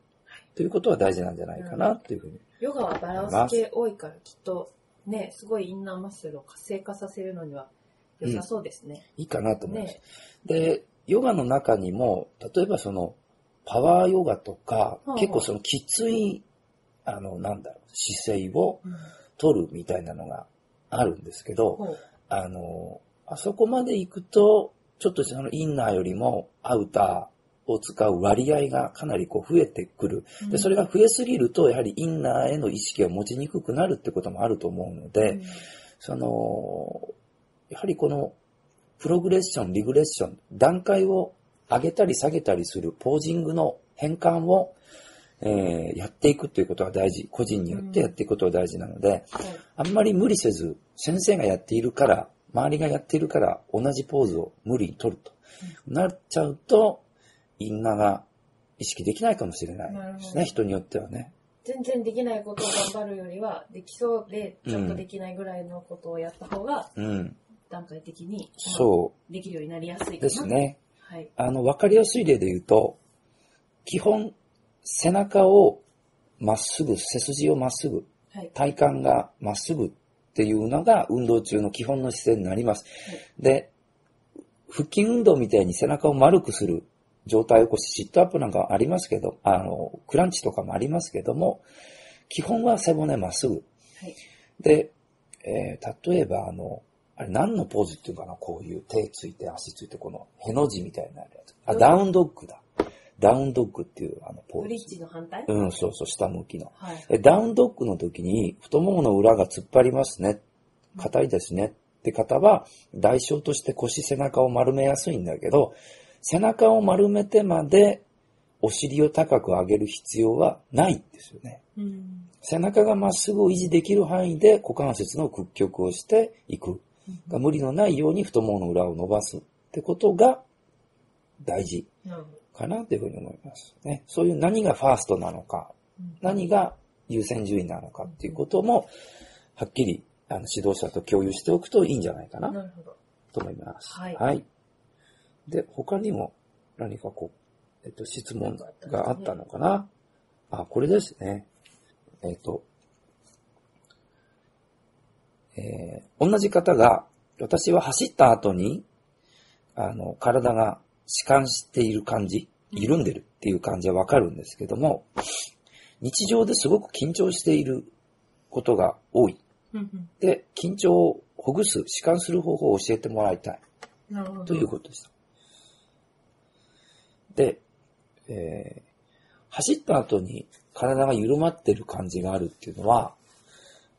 ということは大事なんじゃないかなというふうに。ヨガはバランス系多いからきっとね、すごいインナーマッスルを活性化させるのには良さそうですね。いいかなと思います。ね、で、ヨガの中にも、例えばその、パワーヨガとか、うん結構そのきつい、あの、なんだろう、姿勢をうん取るみたいなのがあるんですけど、ほうあの、あそこまで行くと、ちょっとそのインナーよりもアウターを使う割合がかなりこう増えてくる。で、それが増えすぎると、やはりインナーへの意識を持ちにくくなるってこともあると思うので、うんその、やはりこの、プログレッション、リグレッション、段階を上げたり下げたりするポージングの変換を、えーやっていくということは大事。個人によってやっていくことは大事なので、はいあんまり無理せず、先生がやっているから、周りがやっているから、同じポーズを無理に取ると。なっちゃうと、インナーが意識できないかもしれないですなるほどね。人によってはね。全然できないことを頑張るよりは、できそうで、うんちょっとできないぐらいのことをやった方が、うん。段階的に、そできるようになりやすいうかな。です。ね。はい。あの、わかりやすい例で言うと、基本、背中をまっすぐ、背筋をまっすぐ、はい。体幹がまっすぐっていうのが運動中の基本の姿勢になります。で、腹筋運動みたいに背中を丸くする状態を起こし、シットアップなんかありますけど、あの、クランチとかもありますけども、基本は背骨まっすぐ。はいで、えー例えばあの、あれ何のポーズっていうかな、こういう手ついて足ついてこのへの字みたいなやつ。あ、ダウンドッグだ。ダウンドッグっていうあのポブリーッズ。ジの反対、うん、そうそう、下向きの。はい。えダウンドッグの時に太ももの裏が突っ張りますね。硬いですね。って方は、代償として腰背中を丸めやすいんだけど、背中を丸めてまでお尻を高く上げる必要はないんですよね。うん。背中がまっすぐを維持できる範囲で股関節の屈曲をしていく。うん無理のないように太ももの裏を伸ばすってことが大事なるほど。かなというふうに思いますね。そういう何がファーストなのか、うん何が優先順位なのかっていうことも、はっきりあの指導者と共有しておくといいんじゃないかななるほど。と思います。はいで、他にも何かこう、えっと、質問があったのかなあ、これですね。えっと、えー同じ方が、私は走った後に、あの、体が弛緩している感じ、緩んでるっていう感じはわかるんですけども、日常ですごく緊張していることが多い。うんで、緊張をほぐす、弛緩する方法を教えてもらいたいうん。なるほど。ということでした。で、えー走った後に体が緩まってる感じがあるっていうのは、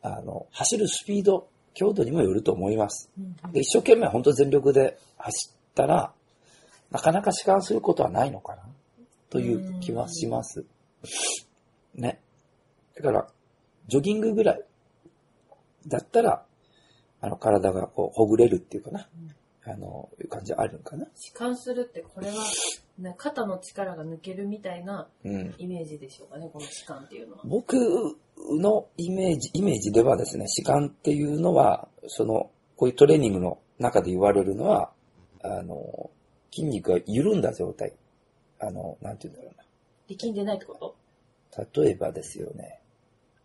あの、走るスピード、強度にもよると思います。うんうんで一生懸命本当全力で走ったら、なかなか弛緩することはないのかなという気はします。ね。だから、ジョギングぐらいだったら、あの、体がこう、ほぐれるっていうかな。あの、いう感じあるのかな。弛緩するって、これは、ね、肩の力が抜けるみたいなうん。イメージでしょうかね、この弛緩っていうのは。僕のイメージ、イメージではですね、弛緩っていうのは、その、こういうトレーニングの中で言われるのは、あの、筋肉が緩んだ状態。あの、なんて言うんだろうな。力んでないってこと例えばですよね、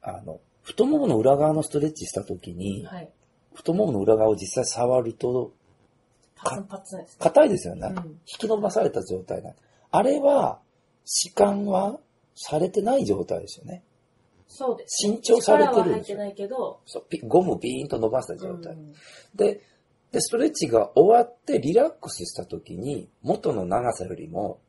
あの、太ももの裏側のストレッチしたときに、はい。太ももの裏側を実際触ると、パツンパツンです。硬いですよね。うん。引き伸ばされた状態なんであれは、弛緩はされてない状態ですよね。そうです。伸長されて力はる入っんですてよ。ないけど、そうピゴムビーンと伸ばしたう状態、んで。で、ストレッチが終わってリラックスした時に、元の長さよりも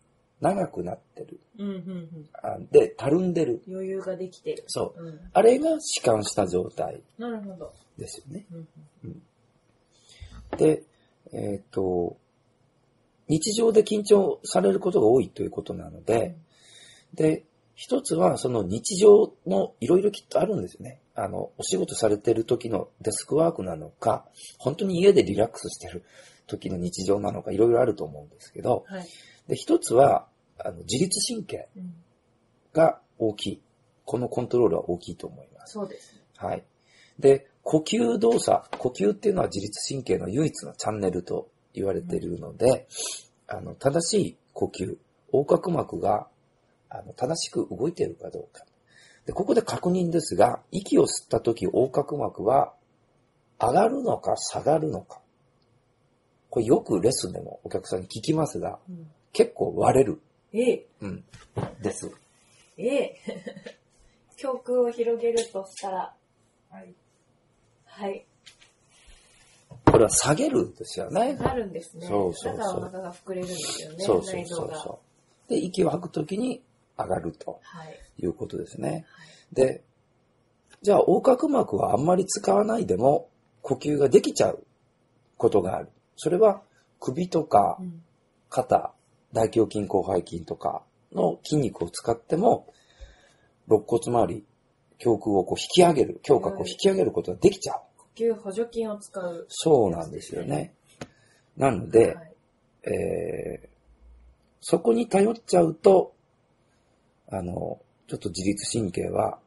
長くなってる。うんうんうん、あで、たるんでる。余裕ができてる。そう。うん、あれが弛緩した状態なるほど。ですよね。うんで、えっ、と、日常で緊張されることが多いということなので、で、一つはその日常のいろいろきっとあるんですよね。あの、お仕事されてる時のデスクワークなのか、本当に家でリラックスしてる時の日常なのか、いろいろあると思うんですけど、はい。で、一つは、あの自律神経うん、が大きい。このコントロールは大きいと思います。そうですね。はい。で、呼吸動作、呼吸っていうのは自律神経の唯一のチャンネルと言われているので、あの、正しい呼吸、横隔膜が、あの、正しく動いているかどうか。で、ここで確認ですが、息を吸った時横隔膜は上がるのか下がるのか。これよくレッスンでもお客さんに聞きますが、うん結構割れる。ええ、うん。です。ええ。 胸腔を広げるとしたら、はい。はい。これは下げるですよね。なるんですね。そうそうそだうからお腹が膨れるんですよね。そうそうそ内臓うが。そう。で、息を吐くときに上がるとはい。いうことですね。で、じゃあ、横隔膜はあんまり使わないでも、呼吸ができちゃうことがある。それは、首とかうん肩、大胸筋、広背筋とかの筋肉を使っても、肋骨周り、胸腔をこう引き上げる、胸郭を引き上げることができちゃう。呼吸補助筋を使う。そうなんですよね。なので、はいえーそこに頼っちゃうと、あの、ちょっと自律神経は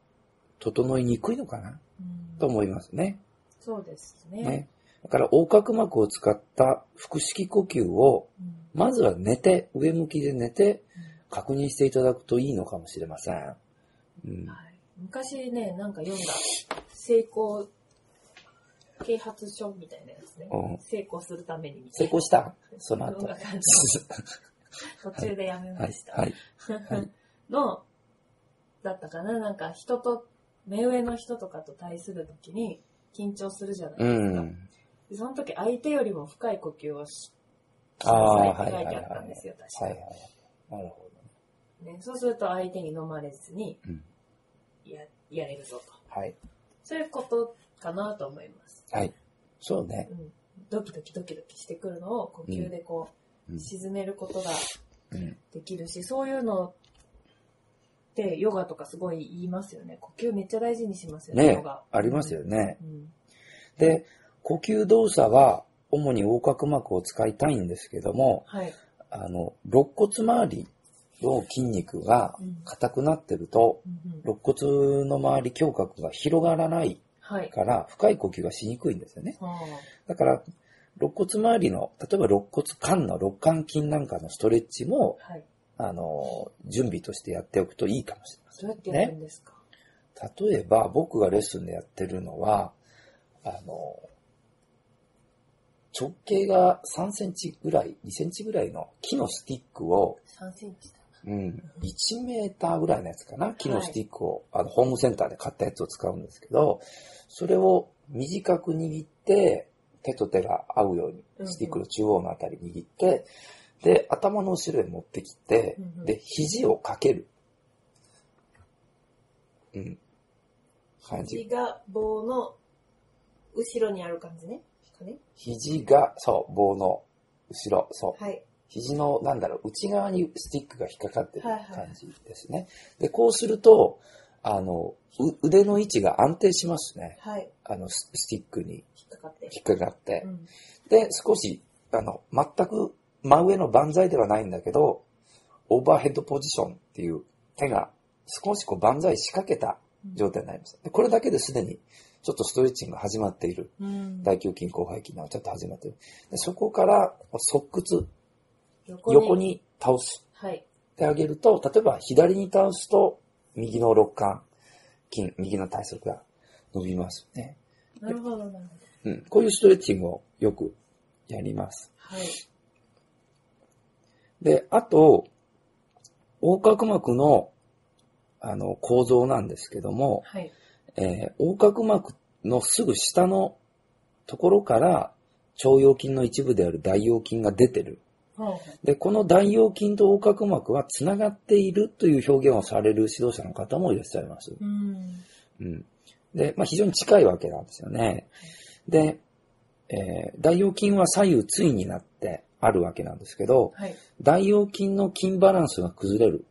整いにくいのかなうんと思いますね。そうですね。ね。だから横隔膜を使った腹式呼吸を、うんまずは寝て、上向きで寝て確認していただくといいのかもしれません。うんうん。はい昔ね、なんか読んだ、成功啓発書みたいなやつねうん。成功するためにみた成いな。功したその後。のがは感じ途中でやめまいし。た。 はい。はいの、だったかななんか人と、目上の人とかと対するときに緊張するじゃないうですか。ん。でその時相手よりも深い呼吸をししああなさいって書いてあったんですよ、確か、はいはい。なるほね。そうすると相手に飲まれずにど。うん。ややれるぞと。はい。そういうことかなと思います。はい。そうね。うん、ドキドキドキドキしてくるのを呼吸でこう、うん沈めることがうん。できるし、そういうのってヨガとかすごい言いますよね。呼吸めっちゃ大事にしますよね、ねヨガ。ありますよね。うん。で、呼吸動作は、主に横隔膜を使いたいんですけども、はい。あの、肋骨周りの筋肉がうん硬くなってると、うんうん肋骨の周り胸郭が広がらないはい。から、深い呼吸がしにくいんですよね。はだから、肋骨周りの、例えば肋骨間の肋間筋なんかのストレッチも、あはい。あの、準備としてやっておくといいかもしれない。どうやってやるんですか、例えば僕がレッスンでやってるのは、あの、直径が3センチぐらい、2センチぐらいの木のスティックを、 ?3 センチだうん、1メーターぐらいのやつかな、木のスティックを、あの、ホームセンターで買ったやつを使うんですけど、それを短く握って、手と手が合うよううんに、スティックの中央のあたり握って、で、頭の後ろに持ってきてうんうん、で、肘をかける。うん。感じ肘が棒の後ろにある感じね。かね肘が、そう、棒の後ろ、そう。はい。肘の、なんだろう、内側にスティックが引っかかってるはいはい感じですね。で、こうすると、あの、う腕の位置が安定しますね。はい。あの、ススティックに引っかかって。引っかかってう。ん。で、少し、あの、全く真上の万歳ではないんだけど、オーバーヘッドポジションっていう手が少しこう万歳仕掛けた状態になります。でこれだけですでに、ちょっとストレッチングが始まっている。うん大胸筋、広背筋がちょっと始まってる。でそこから、側屈、横横。に倒すはい。ってあげると、例えば左に倒すと、右の肋間筋、右の体側が伸びますよね。なるほど、なるほど。うん。こういうストレッチングをよくやります。はい。で、あと、横隔膜の、あの、構造なんですけども、はい。えー横隔膜のすぐ下のところから、腸腰筋の一部である大腰筋が出てる。はで、この大腰筋と横隔膜はつながっているという表現をされる指導者の方もいらっしゃいます。い。うん。うん。で、まあ、非常に近いわけなんですよね。で、えー大腰筋は左右対になってあるわけなんですけど、はい。大腰筋の筋バランスが崩れる。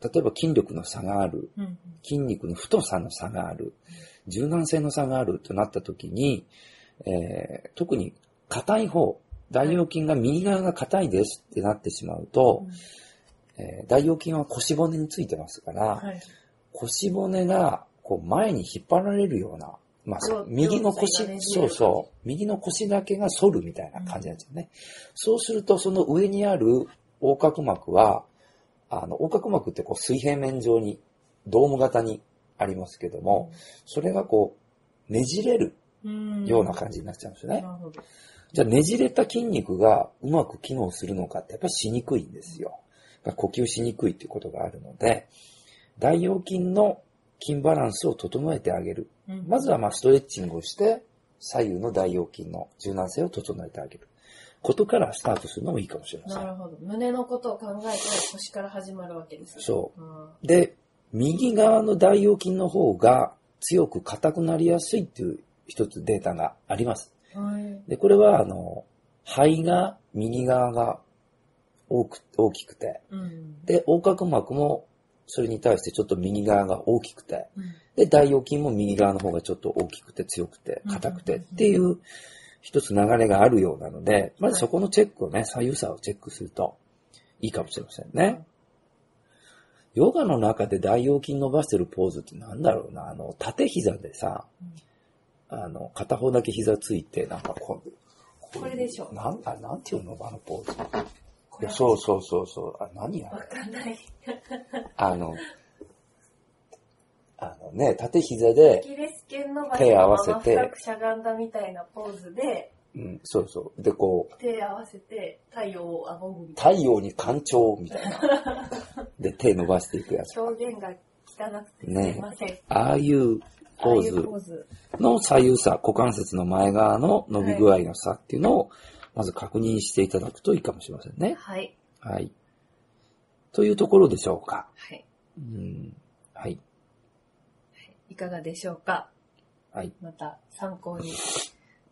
例えば筋力の差がある。うん。筋肉の太さの差がある、柔軟性の差があるとなった時に、えー特に硬い方、大腰筋が右側が硬いですってなってしまうと、えー大腰筋は腰骨についてますから、はい。腰骨がこう前に引っ張られるようなまあそう、右の腰、上手いそようねそう。右の腰だけが反るみたいな感じなんですよね。そうすると、その上にある横隔膜は、あの、横隔膜ってこう水平面上に、ドーム型にありますけども、それがこう、ねじれるうんような感じになっちゃうんですよなねる。ほど。じゃあねじれた筋肉がうまく機能するのかってやっぱりしにくいんですよ。だから呼吸しにくいっていうことがあるので、大腰筋の筋バランスを整えてあげる。うんまずはまあストレッチングをして、左右の大腰筋の柔軟性を整えてあげる。ことからスタートするのもいいかもしれませ。なんるほど。胸のことを考えて腰から始まるわけですね。そうん。う。で、右側の大腰筋の方が強く硬くなりやすいっていう一つデータがあります。はい。で、これは、あの、肺が右側が多く、大きくて、うん。で、横隔膜もそれに対してちょっと右側が大きくて、うんで、大腰筋も右側の方がちょっと大きくて強くてうん硬くてっていう一つ流れがあるようなので、まずそこのチェックをね、左右差をチェックするといいかもしれませんね。ヨガの中で大腰筋伸ばしてるポーズってなんだろうな、あの、縦膝でさ、あの、片方だけ膝ついて、なんかこう、これでしょなんか、なんていうのあのポーズ。こいれやそうそうそうそう。あ、何やわかんない。あの、あのね、縦膝でア、キレス腱伸ばし手のまま合わせて深くしゃがんだみたいなポーズで、うん、そうそう。で、こう、手合わせて太陽を仰ぐみたい太陽に干潮みたいな。で、手伸ばしていくやつ。な。表現が汚くてすいません。ああいうああポいーうズポーズ。の左右差、股関節の前側の伸び具合の差っていうのを、まず確認していただくといいかもしれませんね。はい。はい。というところでしょうか。はい。うん。はい。いかがでしょうかはい。また参考に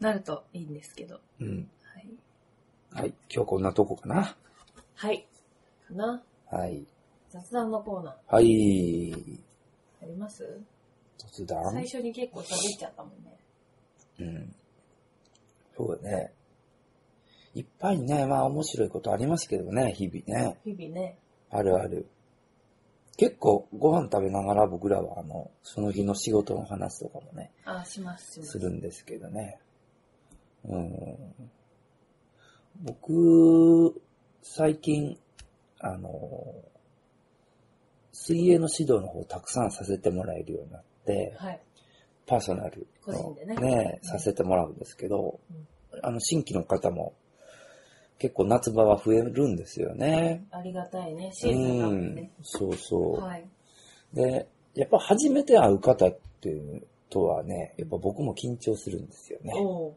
なるといいんですけど。うん。はい。はい。今日こんなとこかな。はい。かなはい。雑談のコーナーはい。あります雑談最初に結構喋っちゃったもんね。うん。そうだね。いっぱいね、まあ面白いことありますけどね、日々ね。日々ね。あるある。結構ご飯食べながら僕らはあの、その日の仕事の話とかもね、あ、します、しますす。るんですけどね。うん。僕、最近、あの、水泳の指導の方をたくさんさせてもらえるようになって、はい。パーソナル個人でねうんさせてもらうんですけど、うんあの、新規の方も結構夏場は増えるんですよね。ありがたいね。シーズンがあってね。そうそう。はい。で、やっぱ初めて会う方っていうとはね、やっぱ僕も緊張するんですよね。おう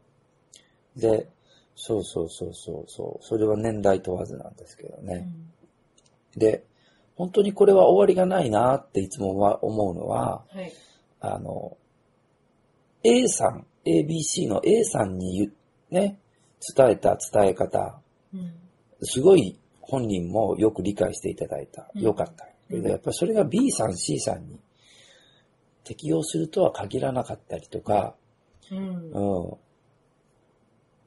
で、そうそうそうそうそう。それは年代問わずなんですけどうね。んで、本当にこれは終わりがないなっていつもは思うのは、はい。あの、A さん、ABC の A さんに言うね、伝えた伝え方、うん。すごい本人もよく理解していただいた。うんよかった。けうんど、やっぱりそれが B さん、C さんに適用するとは限らなかったりとか、うん。うん。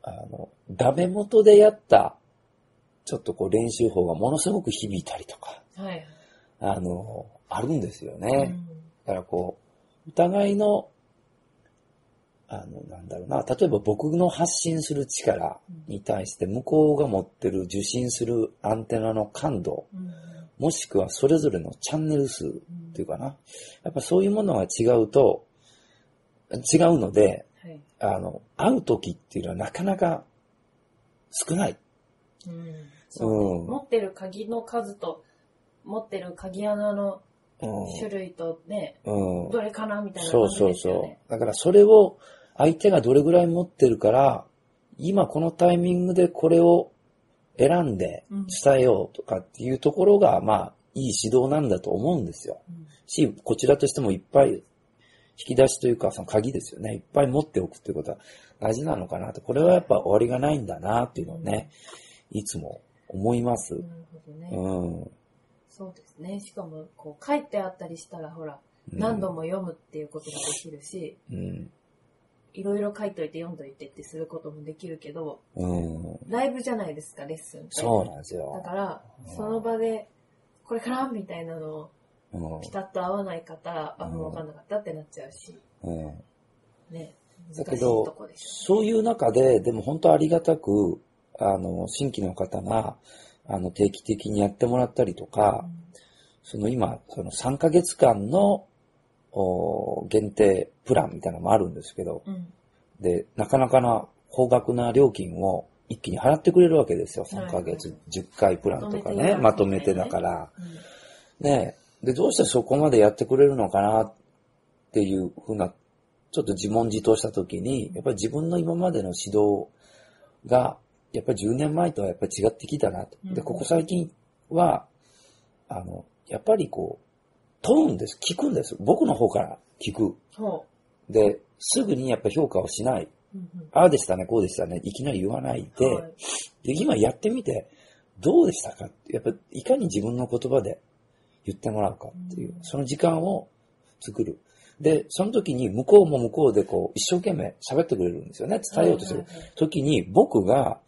あの、ダメ元でやった、ちょっとこう練習法がものすごく響いたりとか、はい。あの、あるんですよね。うんだからこう、お互いの、あの、なんだろうな、例えば僕の発信する力に対して向こうが持ってる受信するアンテナの感度、うんもしくはそれぞれのチャンネル数っうんていうかな。やっぱそういうものが違うと、違うので、はい。あの、会う時っていうのはなかなか少ない。うんそううん。持ってる鍵の数と、持ってる鍵穴のうん種類とね、うん。どれかなみたいな感そうじそうですよそね。う。だからそれを相手がどれぐらい持ってるから、今このタイミングでこれを選んでうん伝えようとかっていうところが、まあ、いい指導なんだと思うんですよ。うんし、こちらとしてもいっぱい引き出しというか、その鍵ですよね。いっぱい持っておくっていうことは大事なのかなと。これはやっぱ終わりがないんだなっていうのをね、いつも思います。なるほどね。うん。そうですね。しかも、こう、書いてあったりしたら、ほら、うん何度も読むっていうことができるし、うん。いろいろ書いといて読んどいてってすることもできるけど、うん。ライブじゃないですか、レッスンって。そうなんですだよ。からうん、その場で、これからみたいなのを、うんピタッと合わない方、あ、もうわかんなかったってなっちゃうし。うん。ね。だけ難しいとどこ、ですそういう中で、でも本当ありがたく、あの、新規の方が、あの、定期的にやってもらったりとよか、ね。その今、その3ヶ月間の、お限定プランみたいなのもあるんですけど、うんうん。で、なかなかな高額な料金を一気に払ってくれるわけですよ。はい3ヶ月、10回プランとかね、ままととめめててだだか。からうんねえ。で、どうしてそこまでやってくれるのかなっていうふうな、ちょっと自問自答したときに、やっぱり自分の今までの指導が、やっぱり10年前とはやっぱり違ってきたなと。うんで、ここ最近は、あの、やっぱりこう、問うんです。聞くんです。僕の方から聞く。そで、すぐにやっぱ評価をしない。う。うんうんああでしたね、こうでしたね、いきなり言わないで、はいで、今やってみて、どうでしたかって、やっぱ、いかに自分の言葉で言ってもらうかっていうう、んその時間を作る。で、その時に向こうも向こうでこう、一生懸命喋ってくれるんですよね。伝えようとするは。いはいはい時に、僕が、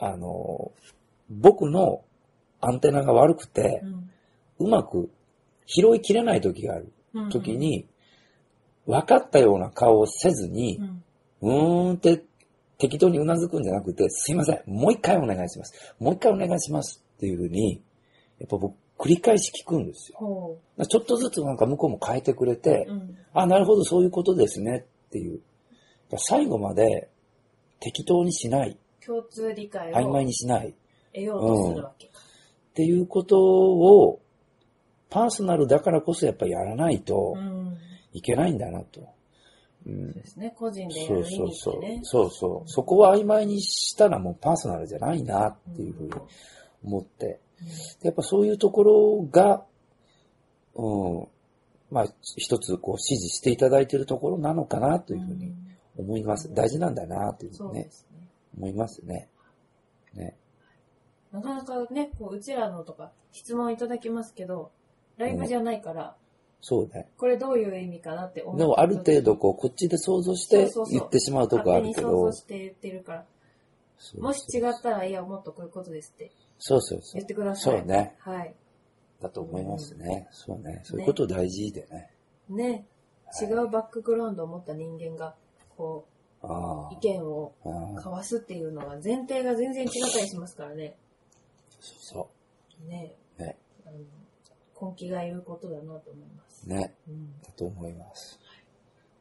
あの、僕のアンテナが悪くてう、んうまく拾いきれない時があるうんうん時、に、分かったような顔をせずにう、んうーんって適当にうなずくんじゃなくて、すいません、もう一回お願いします。もう一回お願いしますっていうふうに、やっぱ僕、繰り返し聞くんですよ。ほちょっとずつなんか向こうも変えてくれてう。、うんあ、なるほど、そういうことですねっていう。最後まで適当にしない、共通理解曖昧をにしないっ得ようとするわけか。ていうことを、パーソナルだからこそやっぱやらないとうん。いけないんだなと。うんそうですね。個人でやそるう意そ味うそっうてね。。そうそう。そこは曖昧にしたらもうパーソナルじゃないなっていうふうに思って。やっぱそういうところが、うん、まあ一つこう指示していただいているところなのかなというふうにん思います。大事なんだなというふそうにうねで、すね。思いますね。ね。なかなかね、こう、うちらのとか質問いただきますけど、ライブじゃないから、そうね。これどういう意味かなって思う。でもある程度こうこっちで想像してそうそうそう言ってしまうと勝こあ手るにけ想ど像。して言ってるから、そうもし違ったら、いや、もっとこういうことですってそうそうそ言うっ。てください。そう。ね。はい。だと思いますね。そうね。そういうこと大事でね。ね、違うバックグラウンドを持った人間が、こあう、意見をあ。ああ交わすっていうのは前提が全然違ったりしますからね。そうそね、う。ね。あの根気がいることだなと思います。ね。うんだと思います。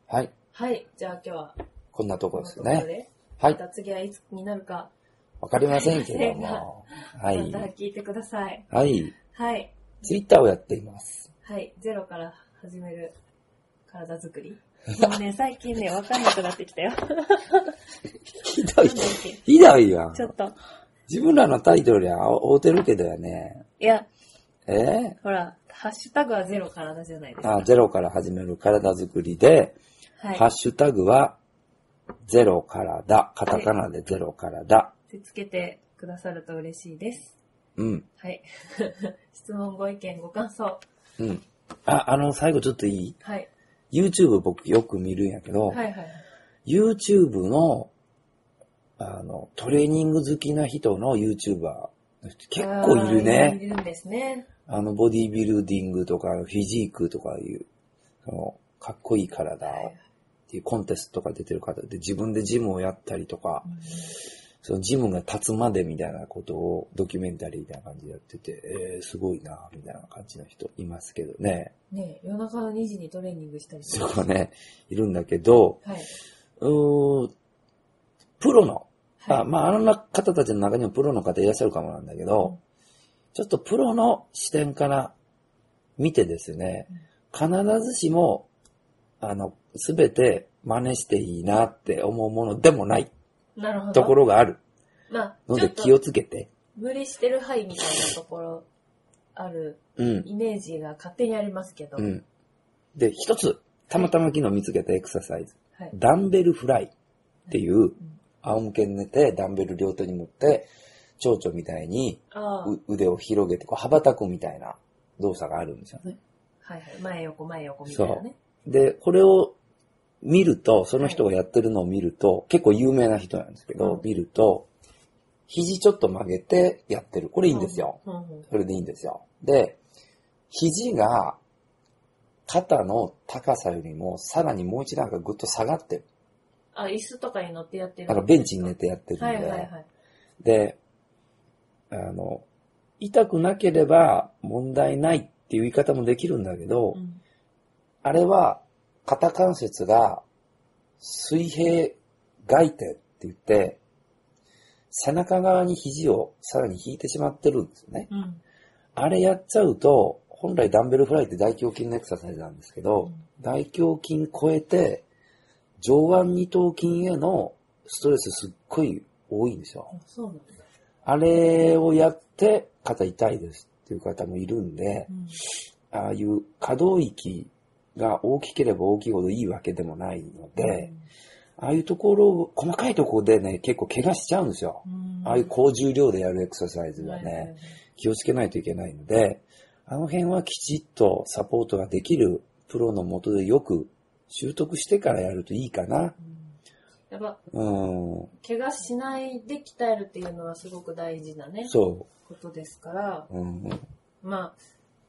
はい。はい、じゃあ今日はこんなとこころんでなすとこよろね。で、まはい。た次はいつになるか、わかりませんけども わ。はまたい。聞いてください。はい。はい、ツイッターをやっています。はい、ゼロから始める体づ くり。もうね、最近ね、わかんなくなってきたよ。なんだっひどい。けひどいやんち。ょっと。自分らのタイトルや合うてるけどやね。いや、えーほら、ハッシュタグはゼロ体じゃないですか。あ、ゼロから始める体づくりで、はいハッ。シュタグは、ゼロからだ。カタカナでゼロからだ。つけてくださると嬉しいです。うん。はい。 質問、ご意見、ご感想。うん。あ、あの、最後ちょっといいはい。 ?YouTube 僕よく見るんやけど、はいはいはい。 YouTube の、あの、トレーニング好きな人の YouTuber の人結構いるあーね。いるんですね。あの、ボディビルディングとか、フィジークとかいう、その、かっこいい体はいをっていうコンテストとか出てる方で、自分でジムをやったりとか、そのジムが立つまでみたいなことをドキュメンタリーみたいな感じでやってて、えー、すごいな、みたいな感じの人いますけどね。ね夜中の2時にトレーニングしたりそこね、いるんだけど、はい。うーん、プロのはあい。まあ、あの方たちの中にもプロの方いらっしゃるかもなんだけど、うんちょっとプロの視点から見てですね、必ずしも、あの、すべて真似していいなって思うものでもないなるほど。ところがあるまあ、のちょでっ気をとつけて。無理してる範囲みたいなところあるうん。イメージが勝手にありますけど。うん。で、一つ、たまたま昨日見つけたエクササイズ。はい。ダンベルフライっていううん、仰向けに寝て、ダンベル両手に持って、蝶々みたいにああ。う腕を広げて、こう、羽ばたくみたいな動作があるんですよね。はいはい。前横前横みたいなね。で、これを見ると、その人がやってるのを見ると、結構有名な人なんですけうど、ん見ると、肘ちょっと曲げてやってる。これいいんですよ。うんうんうん。それでいいんですよ。で、肘が肩の高さよりも、さらにもう一段階ぐっと下がってる。あ、椅子とかに乗ってやってる。なんかベンチに寝てやってるんで。はいはいはい。で、あの、痛くなければ問題ないっていう言い方もできるんだけど、うんあれは肩関節が水平外転って言って、背中側に肘をさらに引いてしまってるんですよね。うん。あれやっちゃうと、本来ダンベルフライって大胸筋のエクササイズなんですけど、うん大胸筋超えて、上腕二頭筋へのストレスすっごい多いんですよ。あそうなんだ。あれをやって肩痛いですっていう方もいるんでう、んああいう可動域が大きければ大きいほどいいわけでもないので、ああいうところを、細かいところでね、結構怪我しちゃうんですよ。うんああいう高重量でやるエクササイズははいはいねは、い気をつけないといけないので、あの辺はきちっとサポートができるプロのもとでよく習得してからやるといいかな。うんやっぱ、うん、怪我しないで鍛えるっていうのはすごく大事なね、そことですから、う。うんまあ、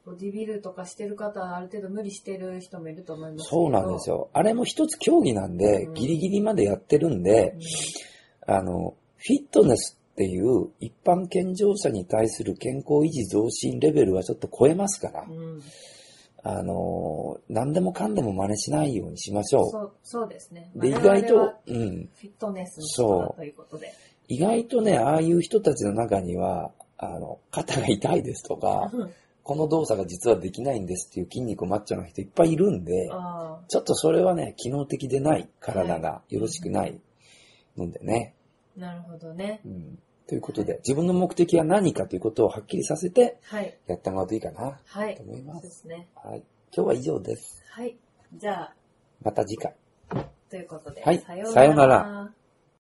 ボディビルとかしてる方はある程度無理してる人もいると思いますけど。そうなんですよ。あれも一つ競技なんでう、んギリギリまでやってるんで、あの、フィットネスっていう一般健常者に対する健康維持増進レベルはちょっと超えますからう、ん。うんあの、何でもかんでも真似しないようにしましょそう、そうですね。う。で、意我々は外と、うフん、ィットネスの人だということで。意外とね、ああいう人たちの中には、あの、肩が痛いですとか、うんこの動作が実はできないんですっていう筋肉マッチョな人いっぱいいるんで、ああ、ちょっとそれはね、機能的でない体がよろしくないのでね。なるほどね。うん、ということで、自分の目的は何かということをはっきりさせてはい。やってもらうといいかなはいと。思いそま。うですすね。はい。今日は以上です。はい。じゃあ、また次回。ということで。はいさようなら。